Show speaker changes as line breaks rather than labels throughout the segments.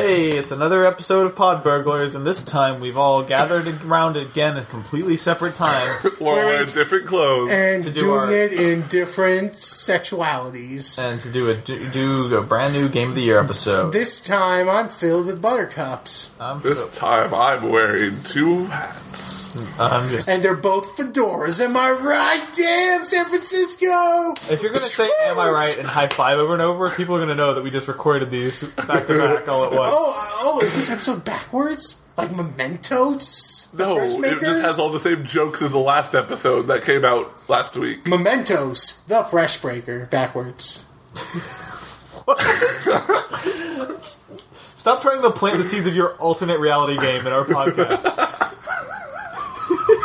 Hey, it's another episode of Pod Burglars, and this time we've all gathered around again at a completely separate time.
We're wearing different clothes.
and
to do
doing
our-
it in different sexualities.
and to do a do, do a brand new game of the year episode.
This time, I'm filled with buttercups,
I'm,
This
so-
time I'm wearing two hats.
I'm just
and they're both fedoras. Am I right? Damn, San Francisco!
if you're gonna say "Am I right?" and high five over and over, people are gonna know that we just recorded these back to back all at once.
Oh, uh, oh, is this episode backwards? Like Mementos? The
No,
First
it just has all the same jokes as the last episode that came out last week.
Mementos, the Fresh Breaker, backwards.
Stop trying to plant the seeds of your alternate reality game in our podcast.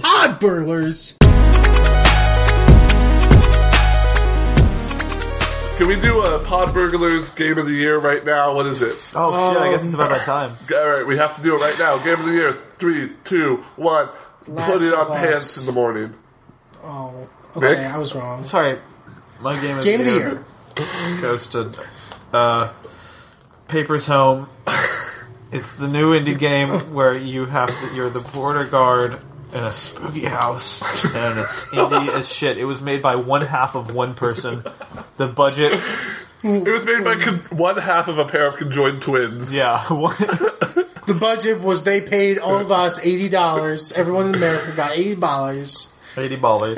Pod burlers!
Can we do a Pod Burglars Game of the Year right now? What is it?
Oh shit! I guess it's about that time.
All right, we have to do it right now. Game of the Year. Three, two, one. Put
Last
it on
of Us.
pants in the morning.
Oh, okay,
Rick?
I was wrong.
Sorry, my game of
Game of
the
the year.
goes to uh, Papers Home. It's the new indie game where you have to you're the border guard in a spooky house, and it's indie as shit. It was made by one half of one person. The budget,
It was made by con- one half of a pair of conjoined twins.
yeah, one-
The budget was they paid all of us $80. Everyone in America got $80.
eighty ballers.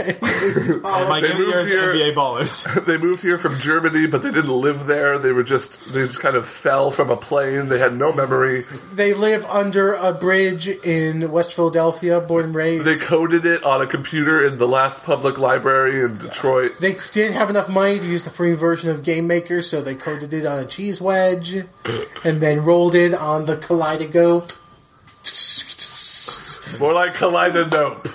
And my
They
game of the year
moved
is
here-
NBA ballers.
They moved here from Germany, but they didn't live there. They were just they just kind of fell from a plane. They had no memory.
They live under a bridge in West Philadelphia, born and raised.
They coded it on a computer in the last public library in Detroit.
They didn't have enough money to use the free version of Game Maker, so they coated it on a cheese wedge and then rolled it on the kaleidoscope.
More like Kaleidonope.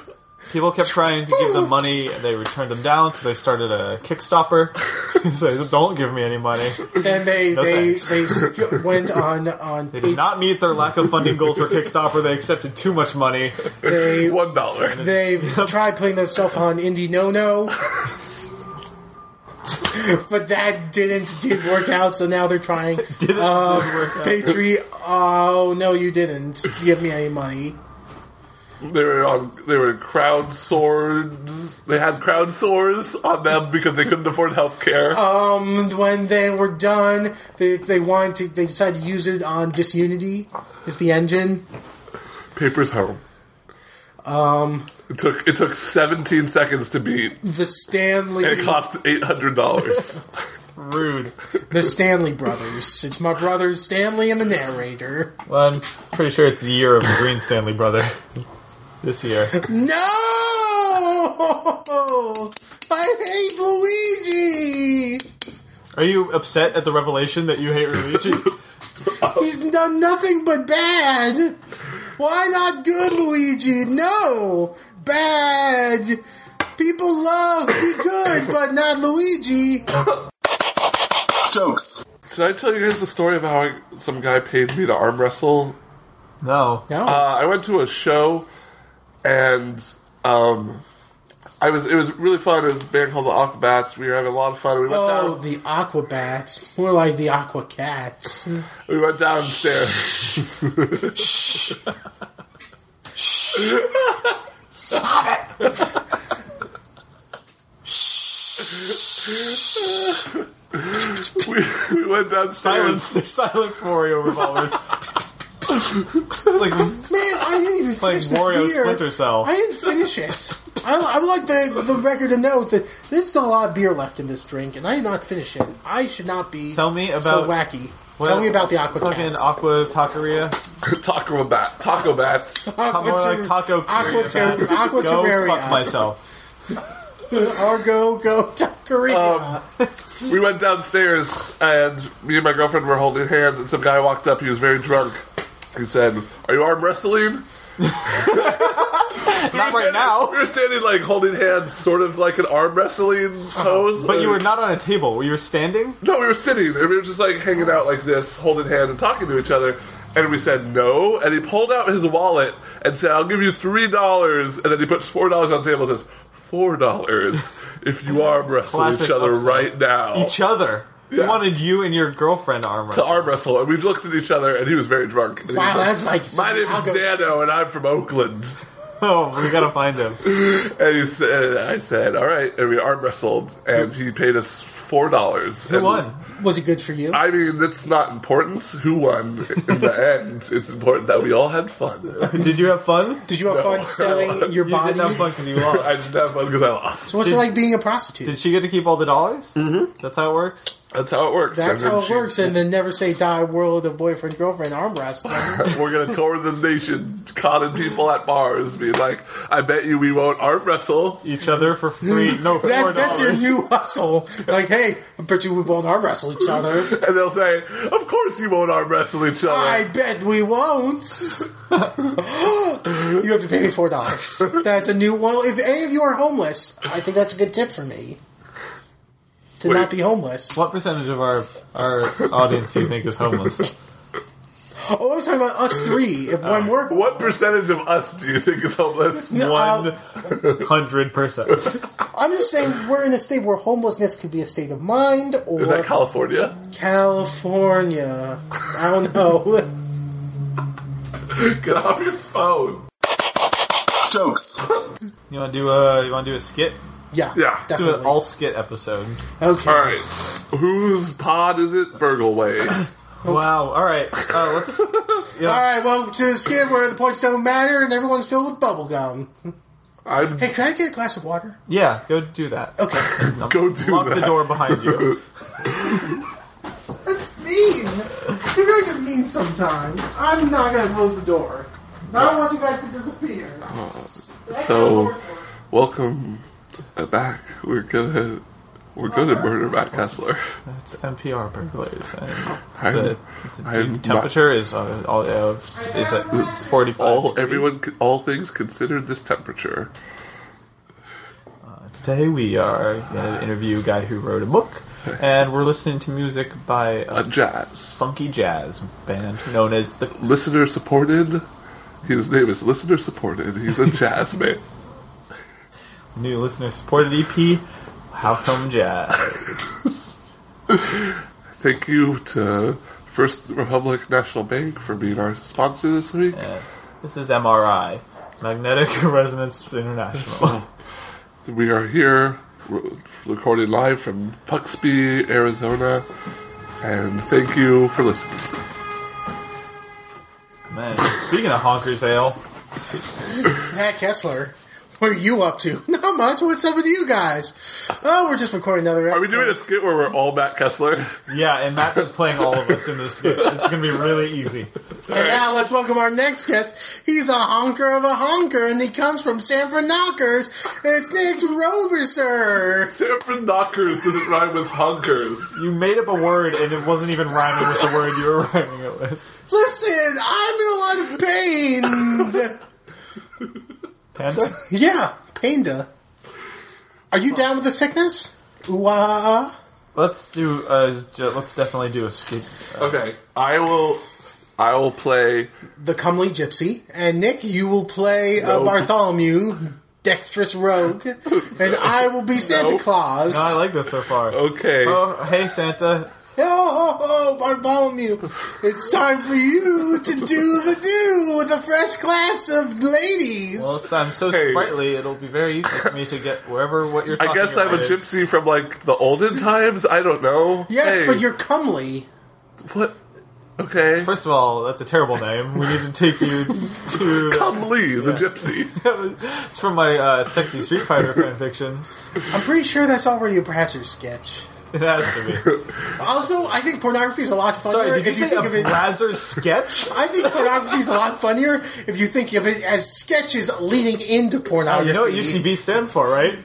People kept trying to give them money, and they returned them down. So they started a Kickstarter. so they just don't give me any money.
Then they they,
thanks.
they sk- went on on
They did not meet their lack of funding goals for Kickstarter. They accepted too much money.
they
One dollar.
they tried putting themselves on Indie No No. But that didn't did work out, so now they're trying.
Didn't
Um,
work out.
Patri, oh no, you didn't give me any money.
They were on. They were crowd swords. They had crowd sores on them because they couldn't afford health care.
And when they were done, they they wanted to, they decided to use it on Disunity. Is the engine?
Papers home. Um. It took it took 17 seconds to beat.
The Stanley,
It cost eight hundred dollars.
Rude.
the Stanley brothers. It's my brothers Stanley and the narrator.
Well, I'm pretty sure it's the year of the Green Stanley brother. This year.
No, I hate Luigi.
Are you upset at the revelation that you hate Luigi?
He's done nothing but bad. Why not good, Luigi? No, bad. People love be good, but not Luigi.
Jokes. Did I tell you guys the story of how I, some guy paid me to arm wrestle
no.
No.
Uh, I went to a show, and um, I was it was really fun. It was a band called the Aquabats. We were having a lot of fun. We went
Oh,
down.
the Aquabats. More like the Aquacats.
We went downstairs. we, we went downstairs.
Silence. There's silence Wario revolvers. it's like,
Man, I didn't even
like
finish
Wario
this beer.
Splinter Cell.
I didn't finish it. I, I would like the, the record to note that there's still a lot of beer left in this drink, and I did not finish it. I should not be
Tell me
so
about-
wacky.
Well,
Tell me about the
Fucking
Aquacats.
Aqua Taqueria.
Taco bat. Taco bats.
Aqua
More like
Ter-
Taco
Aqua Ter-
Terraria.
Aqua
Go
Terraria.
fuck myself.
Argo Go
Um,
Taqueria.
We went downstairs, and me and my girlfriend were holding hands, and some guy walked up. He was very drunk. He said, "Are you arm wrestling?" So
Not right
we were standing-
now.
We were standing like holding hands, sort of like an arm wrestling pose.
Uh-huh. But you were
Like-
not on a table. You were standing.
No, we were sitting and we were just like hanging out like this, holding hands and talking to each other. And we said no. And he pulled out his wallet and said, I'll give you $3. And then he puts $4 on the table and says, $4 if you arm wrestle
Classic
each other
upside.
right now.
Each other. He
Yeah.
wanted you and your girlfriend arm
to
wrestle.
arm wrestle. And we looked at each other and he was very drunk. And he
Wow,
was like,
that's
My
like
name is
Chicago
Dano
shit.
and I'm from Oakland.
Oh, we gotta find him.
And he said, I said, all right. And we arm wrestled and he paid us $4.
Who
And
won?
Was it good for you?
I mean, it's not important who won in the end. It's important that we all had fun.
Did you have fun?
Did you have fun selling your
You
body?
didn't have fun because you
I
lost.
just had fun because I lost.
So what's
Did-
it like being a prostitute?
Did she get to keep all the dollars? Mm-hmm. That's how it works.
That's how it works.
That's
And then
how it
she-
works, and then never say die world of boyfriend girlfriend arm wrestling.
We're gonna tour the nation, conning people at bars, being like, "I bet you we won't arm wrestle."
Each other for free. No, four
That's,
dollars.
that's your new hustle. Like, hey, I bet you we won't arm wrestle each other.
And they'll say, "Of course you won't arm wrestle each other."
I bet we won't. you have to pay me four dollars. That's a new. Well, if any of you are homeless, I think that's a good tip for me to
Wait.
not be homeless.
What percentage of our our audience do you think is homeless?
Oh, I was talking about us three.
Uh,
If one were
What percentage of us do you think is homeless?
No,
One
uh,
hundred percent.
I'm just saying we're in a state where homelessness could be a state of mind or
Is that California?
California. I don't know.
Get off your phone. Jokes.
You want to do a you want to do a skit?
yeah,
Yeah.
Do
definitely.
an all skit episode.
okay.
All right. Whose pod is it? Virgil Way.
Wow. All right. Uh, let's. Yeah.
All right, well, to the skit where the points don't matter and everyone's filled with bubble gum.
I'm
Hey, can I get a glass of water?
Yeah. Go do that.
Okay.
Go do
Lock the
that.
door behind you.
That's mean. You guys are mean sometimes. I'm not gonna close the door. I don't want you guys to disappear.
So, welcome back. We're gonna we're gonna murder Matt Kessler.
It's NPR burglars. And
I'm,
the, it's the
I'm
temperature is uh, all uh, is uh, forty
not-
five.
all Oh, everyone all things considered this temperature.
Uh, Today we are going to interview a guy who wrote a book, and we're listening to music by
Uh,
a
jazz
funky jazz band known as the.
listener supported. His name is listener supported. He's a jazz man.
new listener supported EP, How Come Jazz.
Thank you to First Republic National Bank for being our sponsor this week.
Uh, this is MRI, Magnetic Resonance International.
We are here re- recording live from Puxby, Arizona, and thank you for listening.
Man, speaking of honkers ale,
Matt Kessler, what are you up to? Not much. What's up with you guys? Oh, we're just recording another.
Are we doing a
this?
skit where we're all Matt Kessler?
yeah, and Matt was playing all of us in this game. It's gonna be really easy.
And now let's welcome our next guest. He's a honker of a honker, and he comes from Sanford Knockers. And it's Nick Roberser.
Sanford Knockers doesn't rhyme with honkers.
You made up a word, and it wasn't even rhyming with the word you were rhyming it with.
Listen, I'm in a lot of pain.
Panda.
yeah, panda. Are you down with the sickness? Ooh, ah, ah.
Let's do. Uh, ju- let's definitely do a skit.
Okay, I will. I will play.
the comely gypsy, and Nick, you will play uh,
Nope.
Bartholomew, dexterous rogue, and I will be Santa
Nope.
Claus.
No, Oh, I like this so far.
Okay,
Oh, hey Santa.
Oh, oh, oh, Bartholomew, it's time for you to do the do with a fresh class of ladies.
Well, it's, I'm so
Hey.
sprightly, it'll be very easy for me to get wherever what you're talking
I guess I'm a
about is.
gypsy from like the olden times. I don't know.
yes,
Hey,
but you're comely.
what? Okay,
First of all, that's a terrible name. We need to take you to.
Tom Lee, the gypsy.
it's from my uh, sexy Street Fighter fan fiction.
I'm pretty sure that's already a Brasser sketch.
It has to be.
Also, I think pornography is a lot funnier
Sorry, did you
if you
say
think
a
of it.
Brazzer sketch?
I think pornography is a lot funnier if you think of it as sketches leading into
Oh,
pornography.
Oh, You know what UCB stands for, right?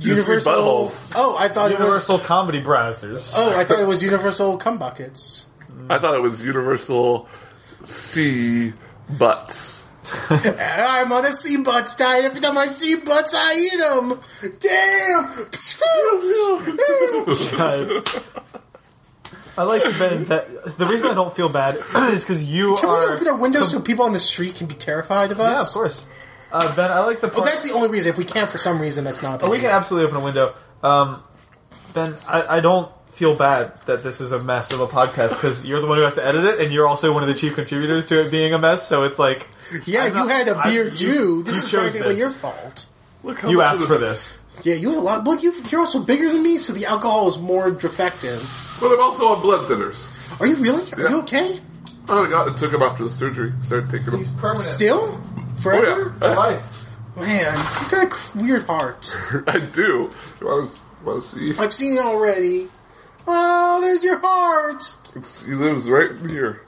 Universal.
buttholes.
Oh, I thought it was.
Universal Comedy Brazzers.
Oh, I thought it was Universal cum buckets.
I thought it was Universal C butts.
I'm on a sea butts diet. Every time I see butts, I eat them. Damn.
Guys. I like the Ben. That, the reason I don't feel bad is because you
Can
are.
we open a window so people on the street can be terrified of us?
yeah, of course. Uh, ben, I like the.
Well,
Part,
Oh, that's the only reason. If we can't for some reason, that's not. a big
Oh, we can
deal.
absolutely open a window. Um, ben, I, I don't feel bad that this is a mess of a podcast because you're the one who has to edit it, and you're also one of the chief contributors to it being a mess. So it's like,
Yeah,
I'm
you
not-
had a
I-
beer
you-
too. This
you
is
chose
practically
this.
your fault.
Look how
you
much
asked
of
for this.
Yeah, you had a lot. Look, you, you're also bigger than me, so the alcohol is more defective.
But I'm also on blood thinners.
Are you really? Are
Yeah.
you okay?
Oh my god, I took them after the surgery. Started taking them.
He's permanent
Still?
Oh
Forever?
for
yeah,
life.
Man, you got a cr- weird heart.
I do. You want to, want to see?
I've seen it already. Oh, there's your heart.
It's, he lives right here.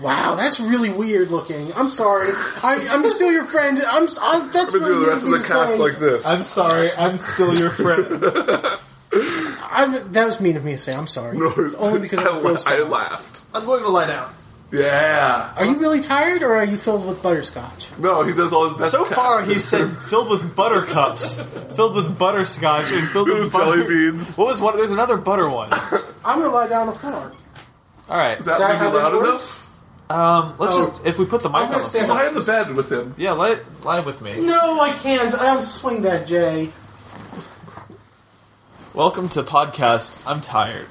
Wow, that's really weird looking. I'm sorry. I, I'm still your friend. I'm. s- I, that's
I'm gonna
really
do the rest
weird of
of
me
the
to
cast
say.
like this.
I'm sorry. I'm still your friend.
I'm, that was mean of me to say. I'm sorry. it's only because
I,
I'm
la-
grossed
I
out.
laughed.
I'm going to lie down.
Yeah.
Are you really tired, or are you filled with butterscotch?
No, he does all his best.
So
casts.
far, he said filled with buttercups, filled with butterscotch, and filled
Little
with butter-
jelly beans.
What was one? There's another butter one. All
I'm gonna lie down on the floor.
right.
Is that,
that how
maybe
this
loud
works?
enough?
Um, let's just if we put the mic
I'm
on.
gonna
the-
stand-
Lie in the bed with him.
Yeah, lie, lie with me.
No, I can't. I don't swing that, Jay.
Welcome to podcast. I'm tired.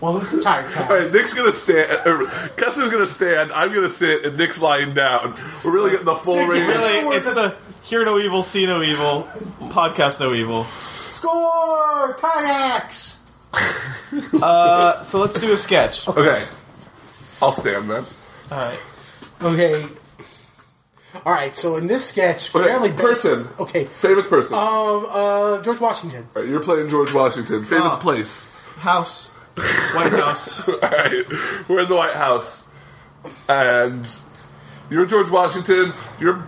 Well, I'm tired,
All
Cal.
right, Nick's gonna stand. Er, Kessler's gonna stand. I'm gonna sit, and Nick's lying down. We're really getting the full range.
Really, it's the hear no evil, see no evil, podcast no evil.
Score, kayaks.
Uh, so let's do a sketch. All
Okay, I'll stand then.
right.
Okay. All right. So in this sketch,
Okay,
apparently Ben-
person.
Okay.
Famous person.
Um. Uh. George Washington.
All right, you're playing George Washington. Famous
Uh.
Ah.
place.
House. White House.
All right, we're in the White House, and you're George Washington. You're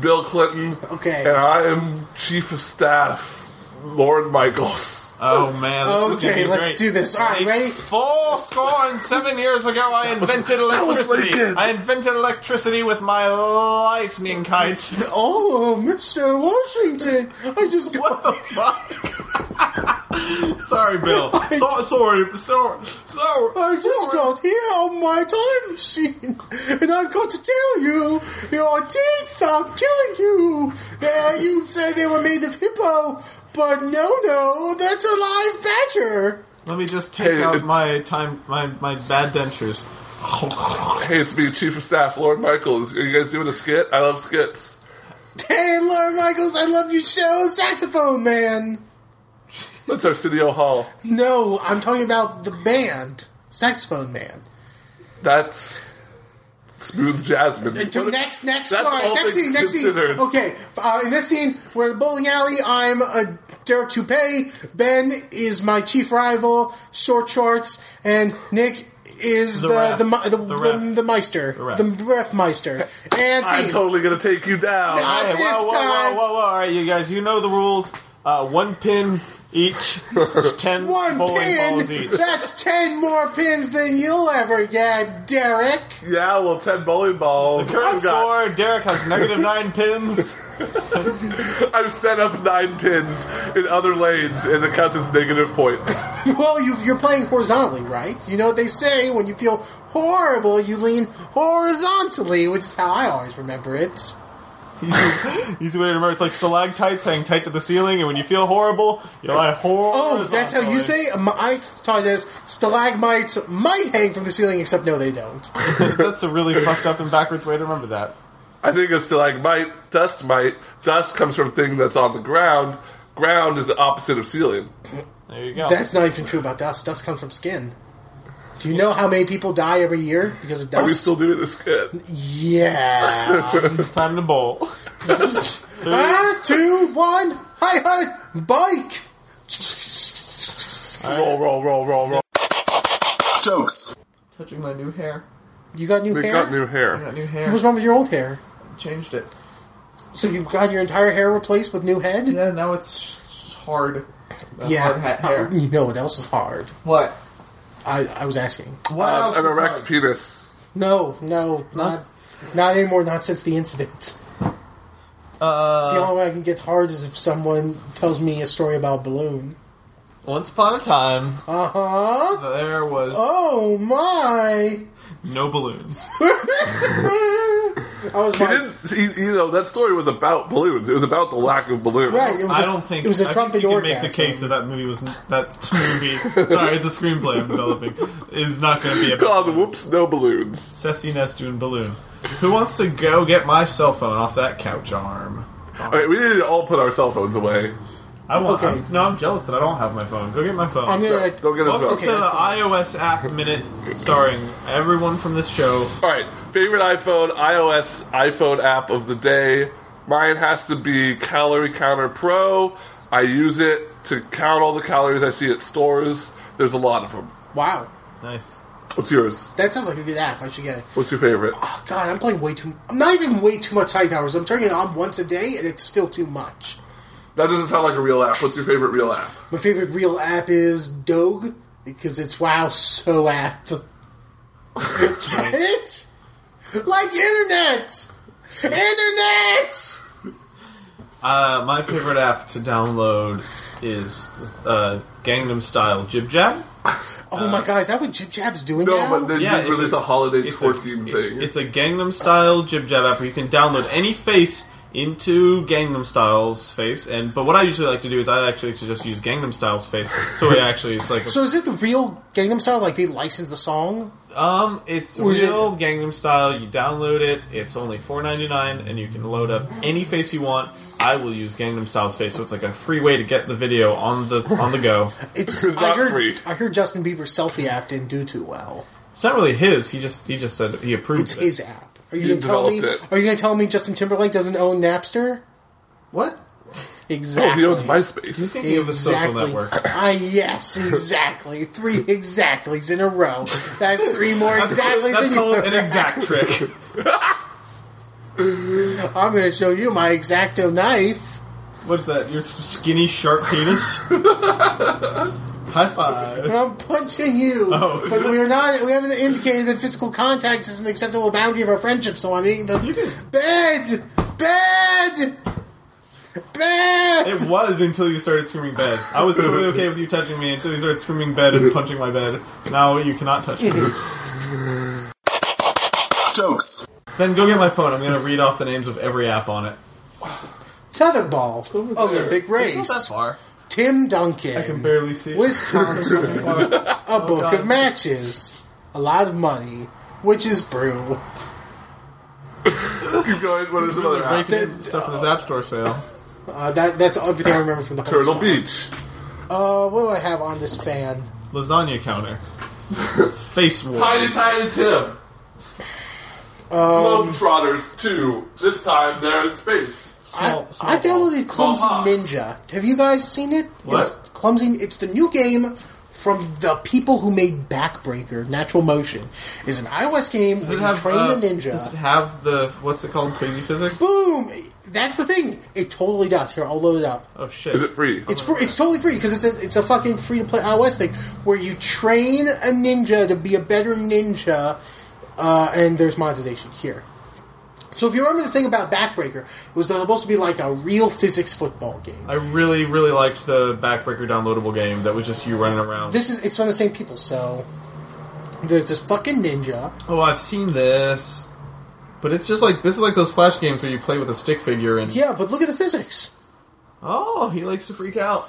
Bill Clinton.
Okay.
and I am Chief of Staff Lauren Michaels.
Oh man. This is gonna
Okay,
be
let's
great.
do this. All right, ready?
Four score and seven years ago, I invented
was
electricity.
Lincoln.
I invented electricity with my lightning kite.
Oh, Mr. Washington, I just
What
got.
the fuck? sorry, Bill.
Oh,
So, sorry, so, so.
I just got here on my time machine, and I've got to tell you, your teeth are killing you. Uh, you said they were made of hippo, but no, no, that's a live badger.
Let me just take
Hey,
out
it's-
my time, my my bad dentures.
Hey, it's me, Chief of Staff Lauren Michaels. Are you guys doing a skit? I love skits.
Hey, Lauren Michaels, I love your show, Saxophone Man.
That's Arsenio Hall.
No, I'm talking about the band, Saxophone Man.
That's smooth Jasmine.
The next, next,
That's
all right,
all
next
things
scene, next
considered.
scene. Okay, uh, in this scene, we're in the bowling alley. I'm a Derek Toupee. Ben is my chief rival, Short Shorts, and Nick is
The
the the
ref.
the the, the,
The
the,
ref.
Meister, the
ref.
ref. Meister, and
I'm
scene.
totally gonna take you down.
Nah.
Hey,
This
whoa, whoa,
time-
whoa, whoa, whoa! All right, you guys, you know the rules. Uh, one pin each. There's ten
one
bowling balls
pin.
each.
That's ten more pins than you'll ever get, Derek.
Yeah, well, ten bowling balls.
Current
I've got-
score: Derek has negative nine pins.
I've set up nine pins in other lanes, and it counts as negative points.
Well, you you're playing horizontally, right? You know what they say when you feel horrible, you lean horizontally, which is how I always remember it.
Easy, easy way to remember. It's like stalactites hang tight to the ceiling, and when you feel horrible, you lie horrible.
Oh, that's how you say. it? Um, I thought this stalagmites might hang from the ceiling, except no, they don't.
that's a really fucked up and backwards way to remember that.
I think it's to like might dust might dust comes from thing that's on the ground. Ground is the opposite of ceiling.
There you go.
That's not even true about dust. Dust comes from skin. Do you know how many people die every year because of
Are we
dust?
still doing this skit?
yeah.
Time to bowl.
Ah, two, one, hi, hi, bike.
Roll, roll, roll, roll, roll. Jokes.
Touching my new hair.
You got new
We
hair.
got new hair. Uh,
Got new hair.
What's wrong with your old hair?
Changed it.
So you got your entire hair replaced with new head?
Yeah, now it's hard. Uh,
Yeah.
Hard hat hair.
You know what else is hard?
What?
I, I was asking.
What
Um,
else
an
is
erect
hard?
penis.
No, no, not. Not anymore, not since the incident. the only way I can get hard is if someone tells me a story about a balloon.
Once upon a time,
Uh huh.
there was
Oh my!
no balloons.
I was
He
like,
didn't, he, you know, that story was about balloons. It was about the lack of balloons.
right. It was
I
a-
don't think
it was a
I think
trumpet
you can
orgasm.
make the case that that movie was that movie. sorry, it's a screenplay I'm developing. Is not going to be about
God, whoops, no balloons.
Sessie Nestoon balloon. Who wants to go get my cell phone off that couch arm?
All right, we need to all put our cell phones away.
I want.
Okay.
I'm- no, I'm jealous that I don't have my phone. Go get my phone.
I'm gonna like,
Don't get us
Welcome
wrong.
to
Okay.
the
that's fine.
iOS app minute, starring everyone from this show.
All right, favorite iPhone, iOS, iPhone app of the day. Mine has to be Calorie Counter Pro. I use it to count all the calories I see at stores. There's a lot of them.
wow.
Nice.
What's yours?
That sounds like a good app. I should get it.
What's your favorite?
Oh, God, I'm playing way too. I'm not even way too much high towers. I'm turning it on once a day, and it's still too much.
That doesn't sound like a real app. What's your favorite real app?
My favorite real app is Doge because it's wow so app. Get it? Like internet, internet.
Uh, my favorite app to download is uh, Gangnam Style Jib Jab.
Oh my gosh, is that what Jib Jab's doing
No,
now?
but they
Yeah,
did release a, holiday
it's
tour
a-
theme
it-
thing.
It's a Gangnam Style Jib Jab app where you can download any face into Gangnam Style's face. And but what I usually like to do is I actually like to just use Gangnam Style's face. So it actually it's like
so is it the real Gangnam Style? Like they licensed the song?
um it's
Or is it-
real Gangnam Style. You download it. It's only four ninety nine, and you can load up any face you want. I will use Gangnam Style's face, so it's like a free way to get the video on the on the go.
It's,
It's
I
not
heard.
free.
I heard Justin Bieber's selfie app didn't do too well.
It's not really his. He just he just said he approved.
It's
it.
his app. Are you
You
gonna tell me?
developed it.
Are you gonna tell me Justin Timberlake doesn't own Napster?
What?
oh,
Exactly.
he owns
He's
MySpace.
thinking of a social network.
Ah, yes, exactly. Three exactlys in a row. That's three more exactlys
That's
than you.
called an exact trick.
I'm going to show you my exacto knife.
What is that? Your s- skinny, sharp penis? High five.
And I'm punching you.
Oh.
But we're not. We haven't indicated that physical contact is an acceptable boundary of our friendship. So I'm eating the bed, bed, bed.
It was until you started screaming bed. I was totally okay with you touching me until you started screaming bed and punching my bed. Now you cannot touch me.
Jokes.
Then go get my phone. I'm going to read off the names of every app on it.
Tetherball.
there.
Olympic race.
far.
Tim
I can
Duncan.
barely see. it.
Wisconsin. a book
God.
of matches, a lot of money, which is brew.
Keep going. What are some other apps?
Breaking in stuff in his app store sale.
Uh, that that's everything I remember from the whole
Turtle
song.
Beach.
Uh, what do I have on this fan?
Lasagna counter. Face
Tiny
ward.
Tiny Tim. Um, Globetrotters 2. This time they're in space.
Small, small
I, I downloaded
Small
Clumsy
box.
Ninja. Have you guys seen it?
What?
It's Clumsy. It's the new game from the people who made Backbreaker. Natural Motion is an iOS game
Does
where
it
you
have
train
uh,
a ninja.
Does it have the what's it called? Crazy physics.
Boom! That's the thing. It totally does. Here, I'll load it up.
Oh shit!
Is it free?
It's free, it's totally free because it's a it's a fucking free to play iOS thing where you train a ninja to be a better ninja, uh, and there's monetization here. So if you remember the thing about Backbreaker, it was supposed to be like a real physics football game.
I really, really liked the Backbreaker downloadable game that was just you running around.
This is it's from the same people, so there's this fucking ninja.
oh, I've seen this, but it's just like this is like those flash games where you play with a stick figure and
Yeah, but look at the physics.
oh, he likes to freak out.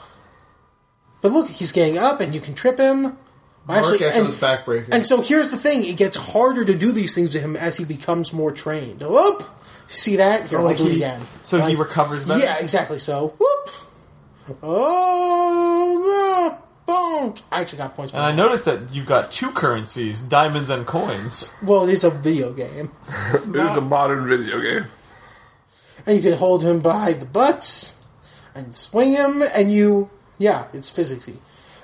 But look, he's getting up, and you can trip him.
Mark
Actually, and-
Echo's Backbreaker.
And so here's the thing: it gets harder to do these things to him as he becomes more trained. Whoop! See that? Here, I'll
like
do it
Oh, he-
again.
so he
Like-
recovers better?
Yeah, exactly. So whoop! Oh, no, bonk! I actually got points for
and I
that.
noticed that you've got two currencies: diamonds and coins.
Well, it is a video game,
It is a modern video game.
and you can hold him by the butts and swing him, and you yeah, it's physicsy.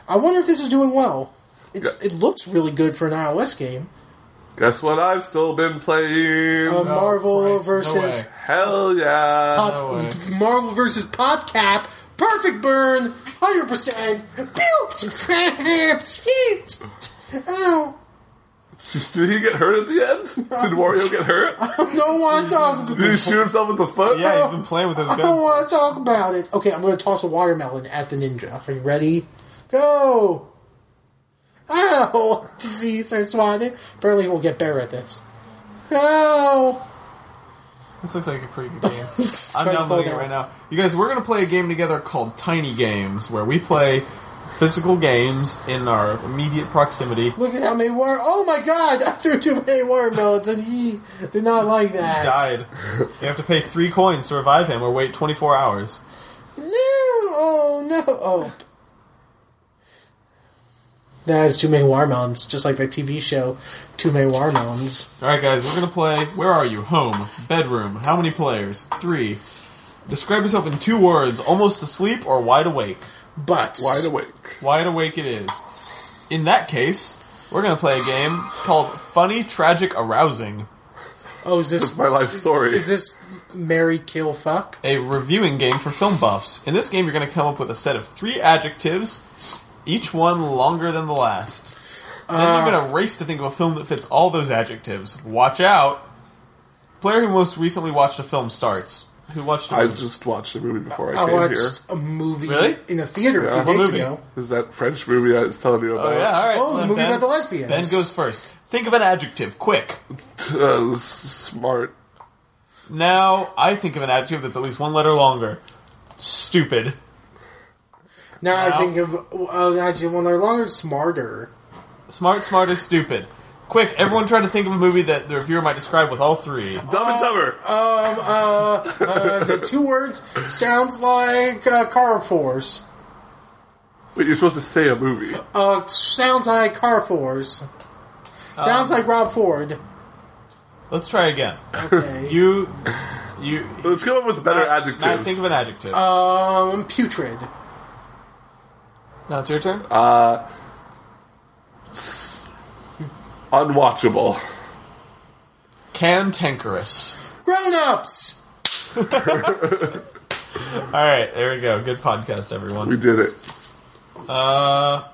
I wonder if this is doing well. It's,
Yeah.
It looks really good for an iOS game.
Guess what I've still been playing?
A Marvel
Christ, no
versus
way.
Hell yeah.
uh,
No way.
Marvel versus PopCap. Perfect burn. Oh, 100%. Pew! Ow.
Did he get hurt at the end? Did Wario get hurt?
don't want to talk.
Did he shoot himself in the foot?
Yeah, he's been playing with those
I don't
guns.
want to talk about it. Okay, I'm going to toss a watermelon at the ninja. Are you ready? Go! Ow! Do you see he starts swatting? Apparently we'll get better at this. Ow!
This looks like a pretty good game. I'm
Try to
downloading it
follow.
right now. You guys, we're gonna play a game together called Tiny Games, where we play physical games in our immediate proximity.
Look at how many water... Oh my god! I threw too many watermelons and he did not like that.
Died. You have to pay three coins to revive him, or wait 24 hours.
No! Oh no! Oh. That is too many watermelons, just like the TV show, Too Many Watermelons.
All right, guys, we're gonna play. Where are you? Home, bedroom. How many players? Three. Describe yourself in two words: almost asleep or wide awake.
But
Wide awake.
Wide awake it is. In that case, we're gonna play a game called Funny Tragic Arousing,
oh, is this
My life story.
Is this Mary Kill Fuck?
a reviewing game for film buffs. In this game, you're gonna come up with a set of three adjectives, each one longer than the last. Then you're
Uh.
gonna race to think of a film that fits all those adjectives. Watch out! Player who most recently watched a film starts. Who watched? a
I
movie?
just watched a movie before I,
I
came
watched a movie
Really?
in a theater
Yeah.
a
What
few days
movie?
ago.
here. Is that French movie I was telling you about?
Oh yeah, all right.
Oh, the
Well,
movie
Ben-
about the lesbians.
Ben goes first. Think of an adjective, quick.
Uh, s- smart.
Now I think of an adjective that's at least one letter longer. Stupid.
Now I
Wow.
think of uh, actually one or longer smarter.
Smart, smart, is stupid. Quick, everyone try to think of a movie that the reviewer might describe with all three.
Dumb and Dumber.
Uh, the two words sounds like uh, car force.
Wait, you're supposed to say a movie.
Uh, sounds like car force.
Um,
Sounds like Rob Ford.
Let's try again.
Okay.
You, you.
Let's come up with better
Matt-
adjectives.
Matt, think of an adjective.
um, putrid.
now it's your turn.
Uh, Unwatchable.
Cantankerous.
Grown ups.
All right, there we go. Good podcast, everyone.
We did it.
Uh,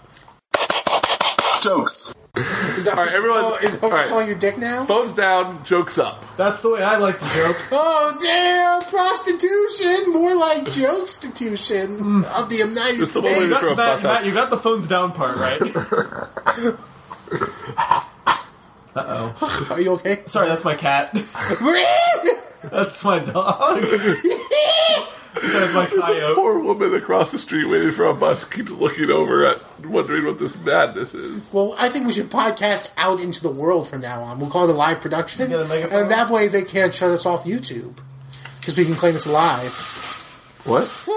Jokes.
Is
All
that what
right,
you
everyone-
call- is that
all
what you
right.
calling your dick now?
Phones down, jokes up.
that's the way I like to joke.
Oh damn! Prostitution, more like jokestitution of the United
It's the one
You
with the-
States.
got,
Throw Mm.
Matt,
a bus out.
Matt, you got the phones down part right. uh oh.
Are you okay?
Sorry, that's my cat. That's my dog. that's my coyote.
Poor woman across the street waiting for a bus keeps looking over at wondering what this madness is.
well, I think we should podcast out into the world from now on. We'll call it a live production,
Get a megaphone.
and that way they can't shut us off YouTube because we can claim it's live.
What?
The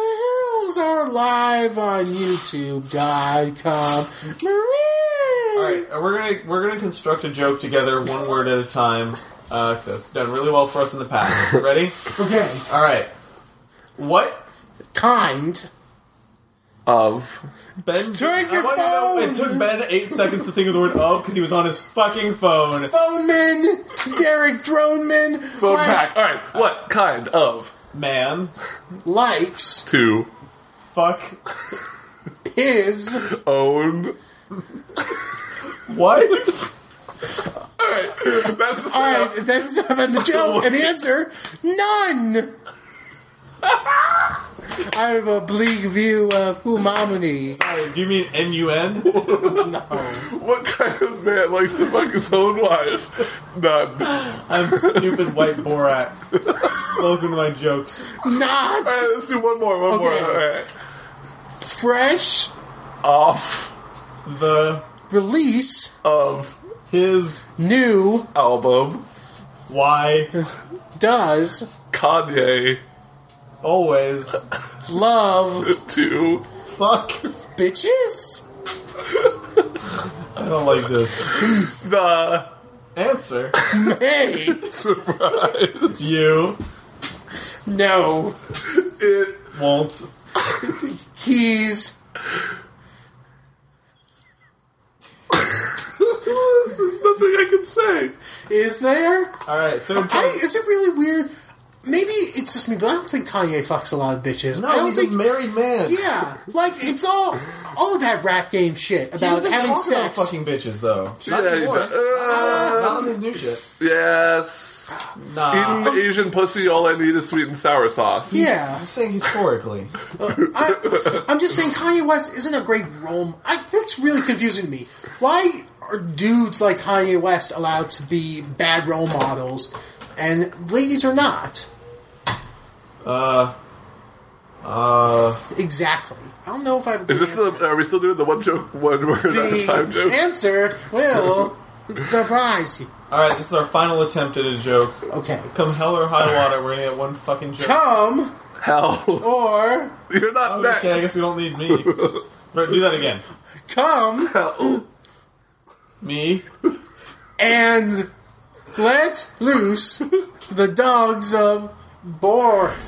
hills are live on YouTube.com. Marie.
All right, uh, we're gonna we're gonna construct a joke together, one word at a time. Uh, 'cause that's done really well for us in the past. Ready?
Okay,
All right. What?
kind.
Of
Ben,
Take your
I want you to
phone!
know, it took Ben eight seconds to think of the word "of" because he was on his fucking phone.
Phoneman, Derek Droneman,
phone
Ryan
back. All right. What kind of
Man,
likes
to
fuck.
is
own?
What?
That's the
all
setup.
right. That's and the joke and the answer none. I have a bleak view of Umamuni.
Sorry, do you mean N U N?
What kind of man likes to fuck his own wife? None. All
I'm stupid white Borat. Welcome to my jokes.
Not
right, let's do one more. One more.
Okay.
All right.
fresh
Off
The
release,
of
his
new
album.
why
does
Kanye
always
love
to
fuck.
bitches.
I don't like this
the
answer.
Hey,
You
no,
it
won't
he's
There's nothing I can say.
is there.
All right, third
I,
joke.
is it really weird? maybe it's just me, but I don't think Kanye fucks a lot of bitches. I
No,
don't
he's
think
a married man.
Yeah, like it's all all of that rap game shit
He
about
doesn't
having
talk
sex.
about fucking bitches though. Not
Yeah, he
anymore.
does. Uh,
Not in his new shit.
yes.
Nah.
Eating Asian pussy, all I need is sweet and sour sauce.
yeah,
I'm saying historically.
I, I'm just saying Kanye West isn't a great role. I, that's really confusing to me. Why are dudes like Kanye West allowed to be bad role models, and ladies are not?
Uh,
Exactly. I don't know if I've.
Is this the? Are we still doing the one joke, one word at a time
the
joke?
answer? Will surprise you.
all right, this is our final attempt at a joke.
Okay.
Come hell or high water, we're gonna get one fucking joke.
Come
Hell,
or
you're not next.
Oh, Okay, I guess we don't need me. Right, do that again.
come
Me.
and let loose the dogs of Borat.